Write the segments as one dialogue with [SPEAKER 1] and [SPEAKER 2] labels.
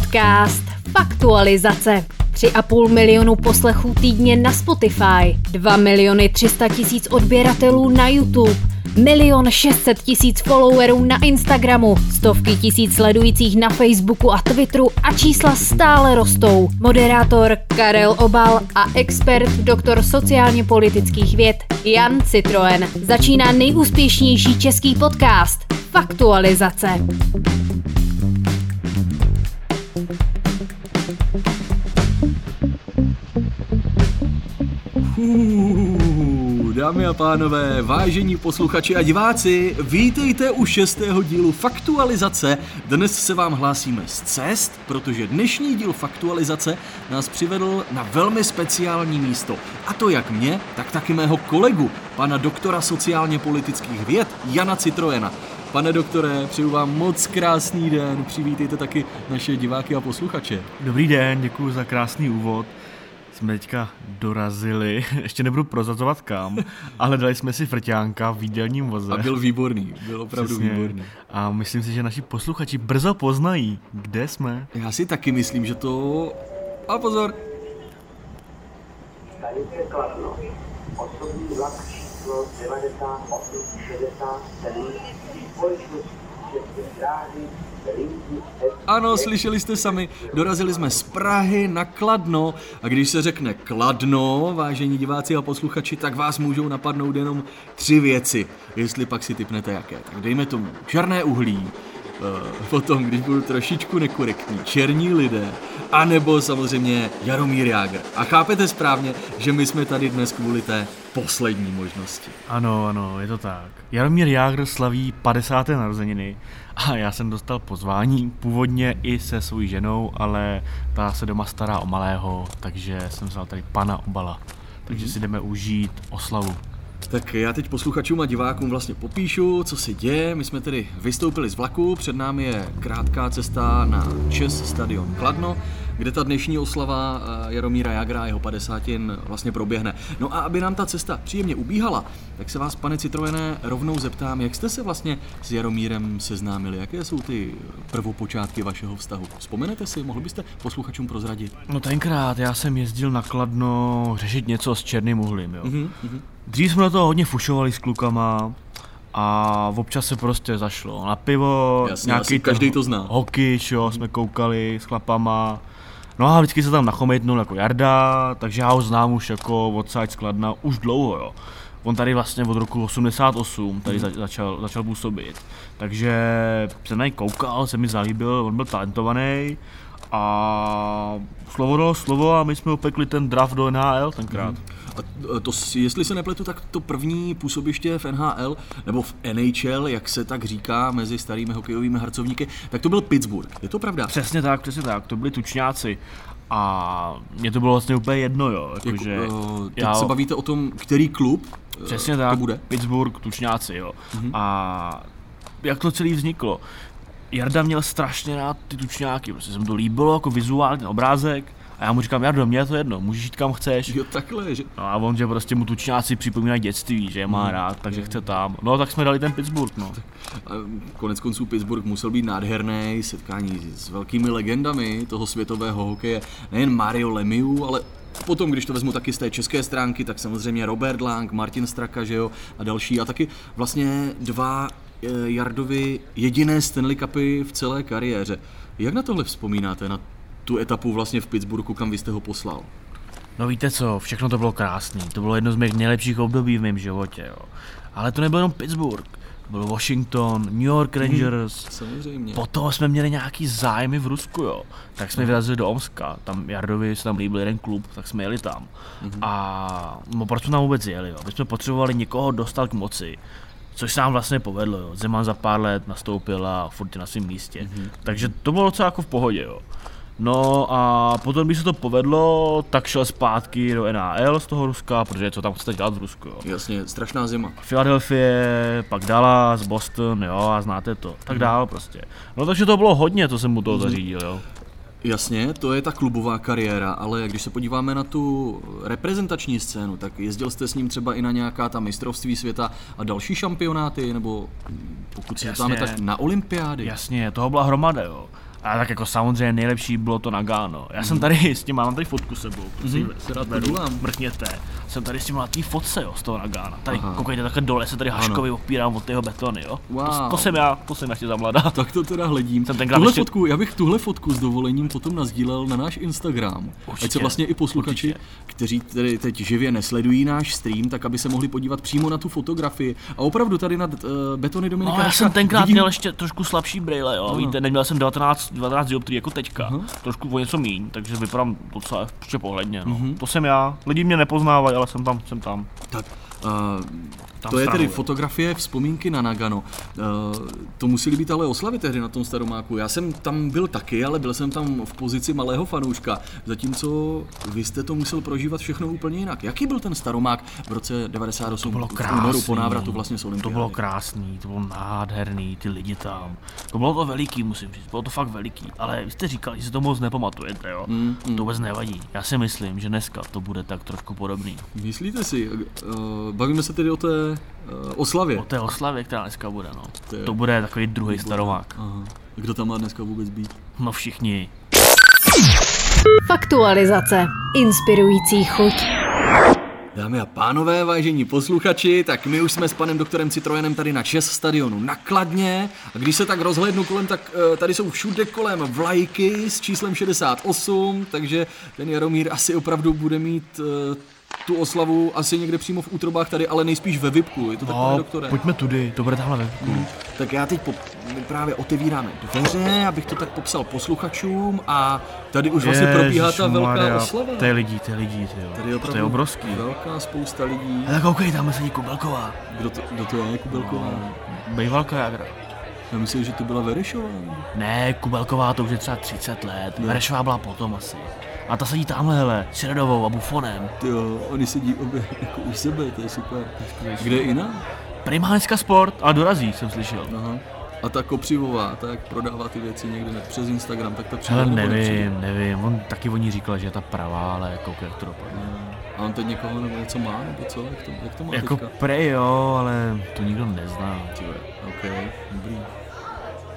[SPEAKER 1] Podcast Faktualizace. 3,5 milionu poslechů týdně na Spotify, 2 miliony 300 tisíc odběratelů na YouTube, milion 600 tisíc followerů na Instagramu, stovky tisíc sledujících na Facebooku a Twitteru a čísla stále rostou. Moderátor Karel Obal a expert doktor sociálně politických věd Jan Citroen. Začíná nejúspěšnější český podcast Faktualizace.
[SPEAKER 2] Uuu, Dámy a pánové, vážení posluchači a diváci, vítejte u šestého dílu Faktualizace. Dnes se vám hlásíme z cest, protože dnešní díl Faktualizace nás přivedl na velmi speciální místo. A to jak mě, tak taky mého kolegu, pana doktora sociálně politických věd Jana Citrojena. Pane doktore, přeju vám moc krásný den, přivítejte taky naše diváky a posluchače.
[SPEAKER 3] Dobrý den, děkuji za krásný úvod. Jsme teďka dorazili, ještě nebudu prozazovat kam, ale dali jsme si frťánka v výdělním voze.
[SPEAKER 2] A byl výborný, byl opravdu
[SPEAKER 3] Přesně.
[SPEAKER 2] výborný.
[SPEAKER 3] A myslím si, že naši posluchači brzo poznají, kde jsme.
[SPEAKER 2] Já si taky myslím, že to... A pozor,
[SPEAKER 4] Stanice Kladno, osobní vlak číslo 9867, společnost České dráhy, Linky
[SPEAKER 2] ano, slyšeli jste sami, dorazili jsme z Prahy na Kladno a když se řekne Kladno, vážení diváci a posluchači, tak vás můžou napadnout jenom tři věci, jestli pak si typnete jaké. Tak dejme tomu černé uhlí, eh, potom, když budu trošičku nekorektní, černí lidé, anebo samozřejmě Jaromír Jágr. A chápete správně, že my jsme tady dnes kvůli té poslední možnosti.
[SPEAKER 3] Ano, ano, je to tak. Jaromír Jágr slaví 50. narozeniny a já jsem dostal pozvání původně i se svou ženou, ale ta se doma stará o malého, takže jsem vzal tady pana obala. Takže si jdeme užít oslavu.
[SPEAKER 2] Tak já teď posluchačům a divákům vlastně popíšu, co se děje. My jsme tedy vystoupili z vlaku, před námi je krátká cesta na Čes stadion Kladno, kde ta dnešní oslava eh, Jaromíra Jagra a jeho 50 vlastně proběhne. No a aby nám ta cesta příjemně ubíhala, tak se vás, pane Citrovené, rovnou zeptám, jak jste se vlastně s Jaromírem seznámili, jaké jsou ty prvopočátky vašeho vztahu. Vzpomenete si, mohl byste posluchačům prozradit?
[SPEAKER 3] No tenkrát já jsem jezdil na Kladno řešit něco s černým uhlím, jo. Mm-hmm. Dřív jsme na to hodně fušovali s klukama a občas se prostě zašlo na pivo,
[SPEAKER 2] Jasně, asi každý to zná.
[SPEAKER 3] Hoky, jo, jsme koukali s chlapama. No a vždycky se tam nachometnul jako Jarda, takže já ho znám už jako odsáď z Kladna už dlouho, jo. On tady vlastně od roku 88 tady
[SPEAKER 2] Hmm.
[SPEAKER 3] za, začal, začal působit, takže se na něj koukal, se mi zalíbil, on byl talentovaný a slovo dalo slovo a my jsme opekli ten draft do NHL tenkrát. Mm.
[SPEAKER 2] A t- to, s- jestli se nepletu, tak to první působiště v NHL, nebo v NHL, jak se tak říká mezi starými hokejovými harcovníky, tak to byl Pittsburgh. Je to pravda?
[SPEAKER 3] Přesně tak, přesně tak, to byli tučňáci. A mě to bylo vlastně úplně jedno, jo, jakože...
[SPEAKER 2] uh, teď
[SPEAKER 3] já-
[SPEAKER 2] se bavíte o tom, který klub eh,
[SPEAKER 3] Přesně tak,
[SPEAKER 2] to bude? Mhm.
[SPEAKER 3] Pittsburgh, tučňáci, jo. Mm-hmm. A jak to celé vzniklo? Jarda měl strašně rád ty tučňáky, prostě se mu to líbilo, jako vizuálně ten obrázek. A já mu říkám, Jardo, mě je to jedno, můžeš jít kam chceš.
[SPEAKER 2] Jo, takhle, že...
[SPEAKER 3] No a on, že prostě mu tučňáci připomínají dětství, že je
[SPEAKER 2] Mhm.
[SPEAKER 3] má rád, takže chce tam. No tak jsme dali ten Pittsburgh, no.
[SPEAKER 2] Konec konců Pittsburgh musel být nádherný, setkání s- s velkými legendami toho světového hokeje, nejen Mario Lemieux, ale potom, když to vezmu taky z té české stránky, tak samozřejmě Robert Lang, Martin Straka, že jo, a další, a taky vlastně dva eh, Jardovi jediné Stanley Cupy v celé kariéře. Jak na tohle vzpomínáte, na tu etapu vlastně v Pittsburghu, kam vy jste ho poslal?
[SPEAKER 3] No víte co, všechno to bylo krásný, to bylo jedno z mých nejlepších období v mém životě, jo. Ale to nebyl jenom Pittsburgh, to byl Washington, New York Rangers,
[SPEAKER 2] Samozřejmě.
[SPEAKER 3] Potom jsme měli nějaký zájmy v Rusku, jo. Tak jsme vyrazili do Omska, tam Jardovi se tam líbil jeden klub, tak jsme jeli tam. A no, proč jsme tam vůbec jeli, jo? My jsme potřebovali někoho dostat k moci, což se nám vlastně povedlo, jo. Zeman za pár let nastoupil a furt je na svém místě. Takže to bylo docela jako v pohodě, jo. No a potom, když se to povedlo, tak šel zpátky do NAL z toho Ruska, protože co tam chcete dělat v Rusku, jo.
[SPEAKER 2] Jasně, strašná zima.
[SPEAKER 3] Philadelphie, pak Dallas, Boston, jo, a znáte to.
[SPEAKER 2] Hmm.
[SPEAKER 3] Tak dál prostě. No takže to bylo hodně, to jsem mu toho zařídil, jo.
[SPEAKER 2] Jasně, to je ta klubová kariéra, ale když se podíváme na tu reprezentační scénu, tak jezdil jste s ním třeba i na nějaká ta mistrovství světa a další šampionáty, nebo mm, pokud se
[SPEAKER 3] Jasně.
[SPEAKER 2] ptáme, tak na olympiády.
[SPEAKER 3] Jasně, toho byla hromada, jo. A A tak jako samozřejmě nejlepší bylo to Nagano. Já
[SPEAKER 2] Hmm.
[SPEAKER 3] jsem tady s tím, mám tady fotku s sebou, mm-hmm.
[SPEAKER 2] se rád podívám.
[SPEAKER 3] mrkněte. Jsem tady s tím na té fotce jo, z toho Nagana. Tady
[SPEAKER 2] Aha.
[SPEAKER 3] Aha. koukejte takhle dole, se tady haškově opírám od jeho betony jo. To,
[SPEAKER 2] Wow.
[SPEAKER 3] to, jsem já, to jsem ještě za mladá.
[SPEAKER 2] Tak to teda hledím.
[SPEAKER 3] Jsem tenkrát
[SPEAKER 2] tuhle
[SPEAKER 3] ještě-
[SPEAKER 2] fotku, já bych tuhle fotku s dovolením potom nazdílel na náš Instagram. Ať se
[SPEAKER 3] Určitě,
[SPEAKER 2] vlastně i posluchači,
[SPEAKER 3] určitě.
[SPEAKER 2] kteří tedy teď živě nesledují náš stream, tak aby se mohli podívat přímo na tu fotografii. A opravdu tady nad uh, betony Dominika.
[SPEAKER 3] No, já
[SPEAKER 2] Raška
[SPEAKER 3] jsem tenkrát
[SPEAKER 2] vidím-
[SPEAKER 3] měl ještě trošku slabší brýle, jo, víte, neměl jsem 19, 19 dioptrií jako teďka, trošku o něco míň, takže vypadám docela ještě pohledně, no. To jsem já, lidi mě nepoznávají, ale jsem tam, jsem tam.
[SPEAKER 2] Tak, uh,
[SPEAKER 3] Tam
[SPEAKER 2] to je tedy
[SPEAKER 3] stravuju.
[SPEAKER 2] fotografie vzpomínky na Nagano. Uh, to museli být ale oslavy tehdy na tom staromáku. Já jsem tam byl taky, ale byl jsem tam v pozici malého fanouška, zatímco vy jste to musel prožívat všechno úplně jinak. Jaký byl ten staromák v roce 98?
[SPEAKER 3] To bylo
[SPEAKER 2] V únoru
[SPEAKER 3] krásný.
[SPEAKER 2] po návratu vlastně z
[SPEAKER 3] To
[SPEAKER 2] Olympiády.
[SPEAKER 3] bylo krásný, to bylo nádherný, ty lidi tam. To bylo to veliký, musím říct, bylo to fakt veliký, ale vy jste říkali, že si to moc nepamatujete, jo.
[SPEAKER 2] Hmm,
[SPEAKER 3] Mm, mm. To vůbec nevadí. Já si myslím, že dneska to bude tak trošku podobný.
[SPEAKER 2] Myslíte si, uh, bavíme se tedy o té uh, oslavě.
[SPEAKER 3] O té oslavě, která dneska bude, no.
[SPEAKER 2] To je-
[SPEAKER 3] To bude takový druhý staromák.
[SPEAKER 2] Aha. Kdo tam má dneska vůbec být?
[SPEAKER 3] No všichni.
[SPEAKER 1] Faktualizace. Inspirující chuť.
[SPEAKER 2] Dámy a pánové, vážení posluchači, tak my už jsme s panem doktorem Citrojenem tady na Čes stadionu nakladně a když se tak rozhlédnu kolem, tak eh, tady jsou všude kolem vlajky s číslem 68, takže ten Jaromír asi opravdu bude mít eh, tu oslavu asi někde přímo v útrobách tady, ale nejspíš ve VIPku, je to tak, pane doktore?
[SPEAKER 3] No,
[SPEAKER 2] Hmm.
[SPEAKER 3] pojďme tudy, to bude tahle venku.
[SPEAKER 2] Tak já teď pop- my právě otevíráme dveře, abych to tak popsal posluchačům a tady už vlastně probíhá ta velká oslava.
[SPEAKER 3] To je lidí, to je lidí, ty jo.
[SPEAKER 2] Tady
[SPEAKER 3] to je
[SPEAKER 2] opravdu
[SPEAKER 3] obrovský.
[SPEAKER 2] Velká spousta lidí.
[SPEAKER 3] Ale koukej, tam je sedí Kubelková.
[SPEAKER 2] Kdo to, kdo to je, Kubelková?
[SPEAKER 3] Bejvalka Jagra.
[SPEAKER 2] Já myslím, že to byla Verešová.
[SPEAKER 3] Ne, Kubelková to už je třeba 30 let, Merešová byla potom asi. A ta sedí tamhle, hele, s Šredovou a Bufonem.
[SPEAKER 2] Ty jo, oni sedí obě jako u sebe, to je super. Kde jiná?
[SPEAKER 3] Prima dneska sport, ale dorazí, jsem slyšel.
[SPEAKER 2] Aha. A ta Kopřivová, ta jak prodává ty věci někde ne- přes Instagram, tak ta přijde
[SPEAKER 3] Hele,
[SPEAKER 2] nebo nepřijde?
[SPEAKER 3] nevím, nevím, on taky o ní říkal, že je ta pravá, ale jako jak to dopadne.
[SPEAKER 2] A on teď někoho nebo něco má, nebo co? Jak to, jak to má
[SPEAKER 3] Jako
[SPEAKER 2] No, teďka?
[SPEAKER 3] prej jo, ale to nikdo nezná.
[SPEAKER 2] Ty jo, OK, dobrý.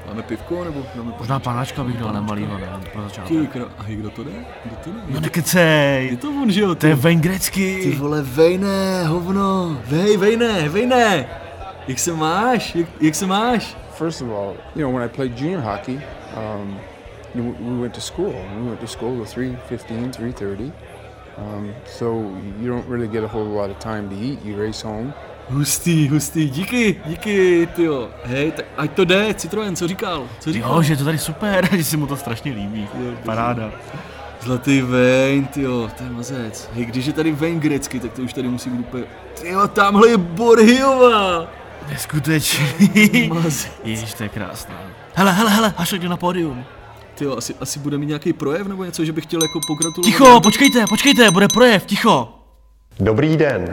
[SPEAKER 2] Dáme pivko nebo dáme
[SPEAKER 3] Možná panáčka bych dal na malýho, ne, pro
[SPEAKER 2] Ty
[SPEAKER 3] začátek.
[SPEAKER 2] kra... A kdo to jde? Kdo to jde?
[SPEAKER 3] No
[SPEAKER 2] Je
[SPEAKER 3] nekecej,
[SPEAKER 2] to on, že jo?
[SPEAKER 3] to je
[SPEAKER 2] Ty,
[SPEAKER 3] Wayne Gretzky.
[SPEAKER 2] ty vole, vejné, hovno. Vej, vejné, vejné. Jak se máš? Jak, jak se máš?
[SPEAKER 5] First of all, you know, when I played junior hockey, um, you know, we went to school. We went to school to 3.15, 3.30. Um, so you don't really get a whole lot of time to eat. You race home.
[SPEAKER 2] Hustý, hustý, díky, díky, tyjo. Hej, tak ať to jde, Citroen, co říkal? Co říkal?
[SPEAKER 3] Jo, že je to tady super, že se mu to strašně líbí.
[SPEAKER 2] Jo, to
[SPEAKER 3] Paráda.
[SPEAKER 2] Zlatý Vejn, tyjo, to je mazec. Hej, když je tady Vejn grecky, tak to už tady musí být úplně... Tyjo, tamhle je Borhiová!
[SPEAKER 3] Neskutečný.
[SPEAKER 2] Mazec.
[SPEAKER 3] Ježiš, to je krásná. Hele, hele, hele, až jdu na pódium.
[SPEAKER 2] Tyjo, asi, asi bude mít nějaký projev nebo něco, že bych chtěl jako pogratulovat.
[SPEAKER 3] Ticho, počkejte, počkejte, bude projev, ticho.
[SPEAKER 6] Dobrý den.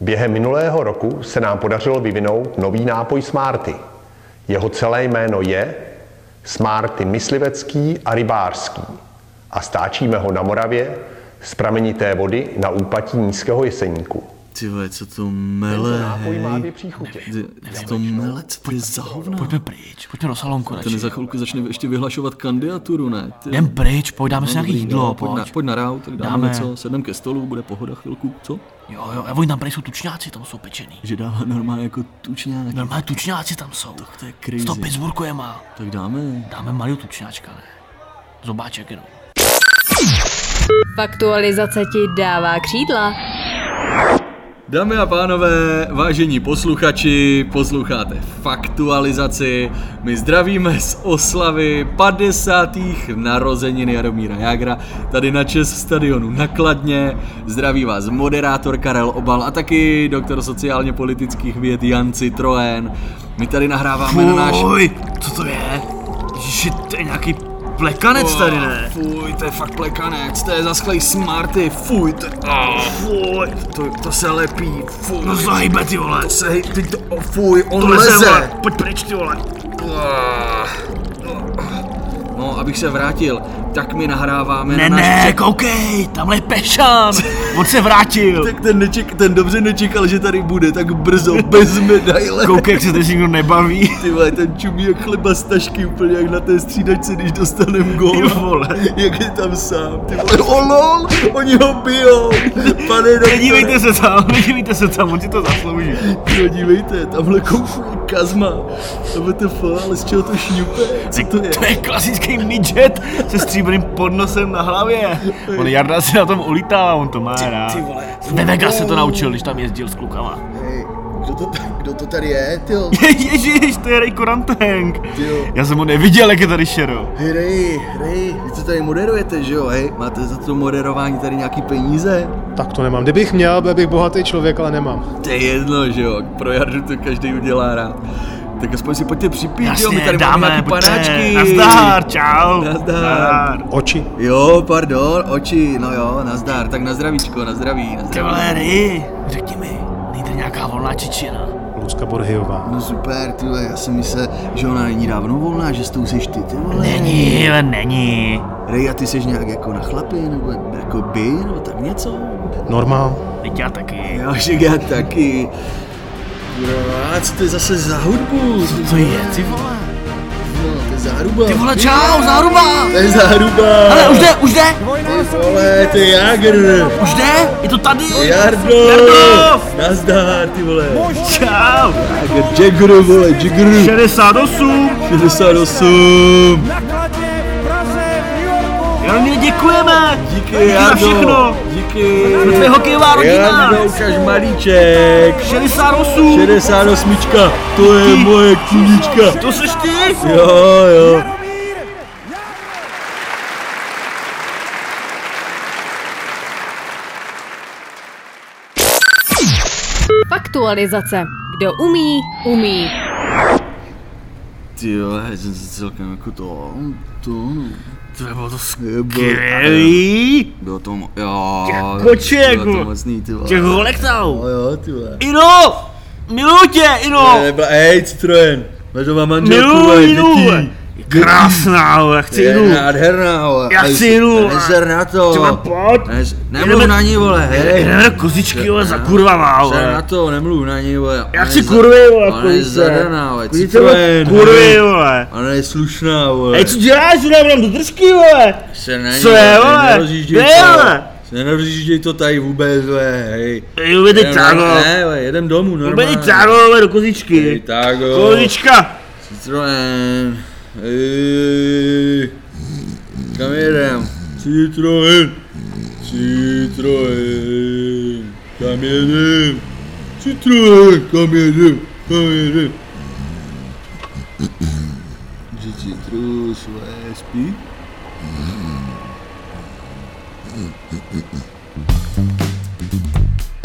[SPEAKER 6] Během minulého roku se nám podařilo vyvinout nový nápoj Smarty. Jeho celé jméno je Smarty myslivecký a rybářský a stáčíme ho na Moravě z pramenité vody na úpatí Nízkého Jeseníku.
[SPEAKER 2] Ty vole, co to mele,
[SPEAKER 6] Nápoj má dvě
[SPEAKER 2] hej.
[SPEAKER 6] příchutě.
[SPEAKER 2] Ty- Co to mele, co to je za hovna?
[SPEAKER 3] Pojďme pryč, pojďme do salonku
[SPEAKER 2] Ten
[SPEAKER 3] radši.
[SPEAKER 2] za chvilku začne ještě vyhlašovat kandidaturu, ne? Ty-
[SPEAKER 3] Jdem pryč, pojď, dáme si
[SPEAKER 2] No,
[SPEAKER 3] nějaký
[SPEAKER 2] dobrý,
[SPEAKER 3] jídlo,
[SPEAKER 2] no, pojď. Na,
[SPEAKER 3] pojď.
[SPEAKER 2] pojď na raut, tak dáme, dáme
[SPEAKER 3] Dáme.
[SPEAKER 2] něco, sedneme ke stolu, bude pohoda chvilku, co?
[SPEAKER 3] Jo, jo, a oni tam prej jsou tučňáci, tam jsou pečený.
[SPEAKER 2] Že dává normálně jako tučňák.
[SPEAKER 3] Normálně tučňáci tam jsou.
[SPEAKER 2] To je crazy.
[SPEAKER 3] Z toho Pittsburghu je má.
[SPEAKER 2] Tak dáme.
[SPEAKER 3] Dáme malý tučňáčka, ne? Zobáček jenom.
[SPEAKER 1] Faktualizace ti dává křídla.
[SPEAKER 2] Dámy a pánové, vážení posluchači, posloucháte Faktualizaci. My zdravíme z oslavy 50. narozenin Jaromíra Jágra tady na Čes stadionu nakladně. Zdraví vás moderátor Karel Obal a taky doktor sociálně politických věd Jan Citroen. My tady nahráváme na náš...
[SPEAKER 3] co to je? Ježiši, to je nějaký plekanec tady, ne?
[SPEAKER 2] Fuj, to je fakt plekanec, to je zaschlej smarty, fuj, to, oh, fuj, to, to se lepí, fuj.
[SPEAKER 3] No zahybe, ty vole.
[SPEAKER 2] To se, hej- ty to, oh, fuj, on
[SPEAKER 3] To
[SPEAKER 2] leze.
[SPEAKER 3] leze, vole. Pojď pryč, ty vole.
[SPEAKER 2] No, abych se vrátil, tak my nahráváme
[SPEAKER 3] Ne,
[SPEAKER 2] na náš
[SPEAKER 3] ne,
[SPEAKER 2] před-
[SPEAKER 3] koukej, tamhle je Pešan, on se vrátil.
[SPEAKER 2] Tak ten, neček, ten dobře nečekal, že tady bude tak brzo, bez medaile.
[SPEAKER 3] Koukej, jak se teď nikdo nebaví.
[SPEAKER 2] Ty vole, ten čumí jak chleba z tašky, úplně jak na té střídačce, když dostanem gól.
[SPEAKER 3] Ty vole.
[SPEAKER 2] Jak je tam sám, ty vole, o lol, oni ho bijou. Pane doktore,
[SPEAKER 3] Nedívejte se tam, nedívejte se tam, on si to zaslouží.
[SPEAKER 2] Ty vole, dívejte, tamhle koufuje Kazma. WTF, ale z čeho to šňupe? Co to je?
[SPEAKER 3] To je klasický midget se stříbrným podnosem na hlavě. On Jarda se na tom ulítá, on to má rád.
[SPEAKER 2] ty vole.
[SPEAKER 3] Ve Vegas se to naučil, když tam jezdil s klukama.
[SPEAKER 2] Hej, Kdo to, ta- kdo to tady je, ty jo?
[SPEAKER 3] Ježíš, to je Ray Kuranteng.
[SPEAKER 2] jo.
[SPEAKER 3] Já jsem ho neviděl, jak je tady šero.
[SPEAKER 2] Hej, Rej, Rej, vy co tady moderujete, že jo, hej? Máte za to moderování tady nějaký peníze?
[SPEAKER 7] Tak to nemám. Kdybych měl, byl bych bohatý člověk, ale nemám.
[SPEAKER 2] To je jedno, že jo, pro Jardu to každý udělá rád. Tak aspoň si pojďte připít, jo, my
[SPEAKER 3] Jasně,
[SPEAKER 2] tady máme
[SPEAKER 3] dáme,
[SPEAKER 2] nějaký panáčky.
[SPEAKER 3] pojďte. Nazdar, čau.
[SPEAKER 2] Nazdar.
[SPEAKER 7] Oči.
[SPEAKER 2] Jo, pardon, oči, no jo, nazdar, tak na zdravíčko, na zdraví, na
[SPEAKER 3] Ty
[SPEAKER 2] zdraví.
[SPEAKER 3] vole, Ray, řekni mi, nejde nějaká volná čičina.
[SPEAKER 7] Lucka Borhyová.
[SPEAKER 2] No super, ty vole, já jsem myslel, že ona není dávno volná, že s tou seš ty, ty vole.
[SPEAKER 3] Není, ale není.
[SPEAKER 2] Rej, a ty seš nějak jako na chlapy, nebo jako by, nebo tak něco?
[SPEAKER 7] Normál.
[SPEAKER 3] Teď já taky.
[SPEAKER 2] Jo, že já taky. Kurva, a co to je zase za hudbu?
[SPEAKER 3] Co je, ty vole?
[SPEAKER 2] No, to je záruba.
[SPEAKER 3] Ty vole, čau, záruba.
[SPEAKER 2] To je záruba.
[SPEAKER 3] Ale už jde, už jde,
[SPEAKER 2] Ty vole, to je Jagr.
[SPEAKER 3] už jde, je to tady.
[SPEAKER 2] Jardo.
[SPEAKER 3] Jardov.
[SPEAKER 2] Nazdar, ty vole.
[SPEAKER 3] Čau.
[SPEAKER 2] Jagr, Jagr, vole, Jagr.
[SPEAKER 3] 68.
[SPEAKER 2] 68.
[SPEAKER 3] Jaromír, děkujeme.
[SPEAKER 2] Díky,
[SPEAKER 3] za
[SPEAKER 2] Jardo.
[SPEAKER 3] všechno.
[SPEAKER 2] Díky.
[SPEAKER 3] Jsme tvoje hokejová rodina.
[SPEAKER 2] Jardo, ukáž malíček.
[SPEAKER 3] 68.
[SPEAKER 2] 68. To je
[SPEAKER 3] Díky.
[SPEAKER 2] moje knížka.
[SPEAKER 3] To seš ty.
[SPEAKER 2] Jo, jo.
[SPEAKER 1] Faktualizace. Kdo umí, umí.
[SPEAKER 2] Ty jo, já jsem si celkem jako to, to, no.
[SPEAKER 3] To bylo to skvělý.
[SPEAKER 2] Skvělý. Bylo to, mo- jo.
[SPEAKER 3] koček,
[SPEAKER 2] Bylo to
[SPEAKER 3] vole.
[SPEAKER 2] mocný, ty vole.
[SPEAKER 3] Těch holek tam.
[SPEAKER 2] Jo, jo, ty vole.
[SPEAKER 3] Ino! Miluju tě, Ino!
[SPEAKER 2] Nebyla, hej, Citroen, máš doma manželku,
[SPEAKER 3] Miluju
[SPEAKER 2] vole,
[SPEAKER 3] Inu! vole.
[SPEAKER 2] děti.
[SPEAKER 3] Je Krásná, ale chci
[SPEAKER 2] Je
[SPEAKER 3] Inu!
[SPEAKER 2] nádherná, vole.
[SPEAKER 3] Já
[SPEAKER 2] Ej,
[SPEAKER 3] chci Inu!
[SPEAKER 2] Nezer na to.
[SPEAKER 3] Ty mám pot!
[SPEAKER 2] Nez- Nemluv
[SPEAKER 3] Jdeme-
[SPEAKER 2] na ní, vole, hej.
[SPEAKER 3] Jdeme do kozičky, vole, za kurva
[SPEAKER 2] Ser na
[SPEAKER 3] vole.
[SPEAKER 2] to, nemluv na ní, vole. Ona
[SPEAKER 3] Já
[SPEAKER 2] je
[SPEAKER 3] chci
[SPEAKER 2] za-
[SPEAKER 3] kurvy, vole,
[SPEAKER 2] Ona je
[SPEAKER 3] kurvice.
[SPEAKER 2] zadaná, vole,
[SPEAKER 3] Kurvice, vole,
[SPEAKER 2] Citroen.
[SPEAKER 3] Kurvy,
[SPEAKER 2] hej.
[SPEAKER 3] vole.
[SPEAKER 2] Ona je slušná, vole.
[SPEAKER 3] Ej, co děláš, že nám do držky, vole?
[SPEAKER 2] Se na ní,
[SPEAKER 3] co je,
[SPEAKER 2] vole,
[SPEAKER 3] vole?
[SPEAKER 2] nerozjížděj
[SPEAKER 3] Kde je,
[SPEAKER 2] to.
[SPEAKER 3] vole?
[SPEAKER 2] Se nerozjížděj to tady vůbec, vole, hej.
[SPEAKER 3] Ej, uvedi
[SPEAKER 2] Jdem-
[SPEAKER 3] tágo.
[SPEAKER 2] Ne, vole, jedem domů, normálně.
[SPEAKER 3] Uvedi tágo, vole, do
[SPEAKER 2] Ej,
[SPEAKER 3] kozičky.
[SPEAKER 2] Tágo.
[SPEAKER 3] Kozička!
[SPEAKER 2] Citroen. Ej, Kam jedem? Citroen. Citroen. Kam jedem? Citroen. Kam jedem? Kam jedem? Že Citrus vole, spí?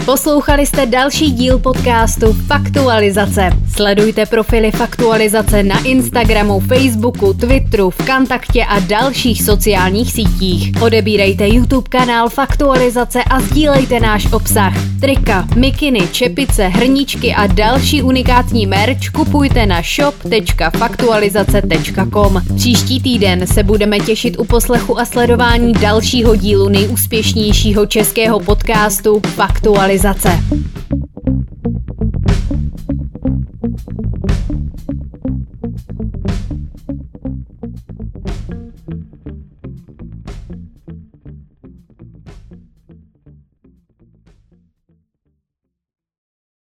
[SPEAKER 1] Poslouchali jste další díl podcastu Faktualizace. Sledujte profily Faktualizace na Instagramu, Facebooku, Twitteru, Vkontaktě a dalších sociálních sítích. Odebírejte YouTube kanál Faktualizace a sdílejte náš obsah. Trika, mikiny, čepice, hrníčky a další unikátní merch kupujte na shop.faktualizace.com. Příští týden se budeme těšit u poslechu a sledování dalšího dílu nejúspěšnějšího českého podcastu Faktualizace.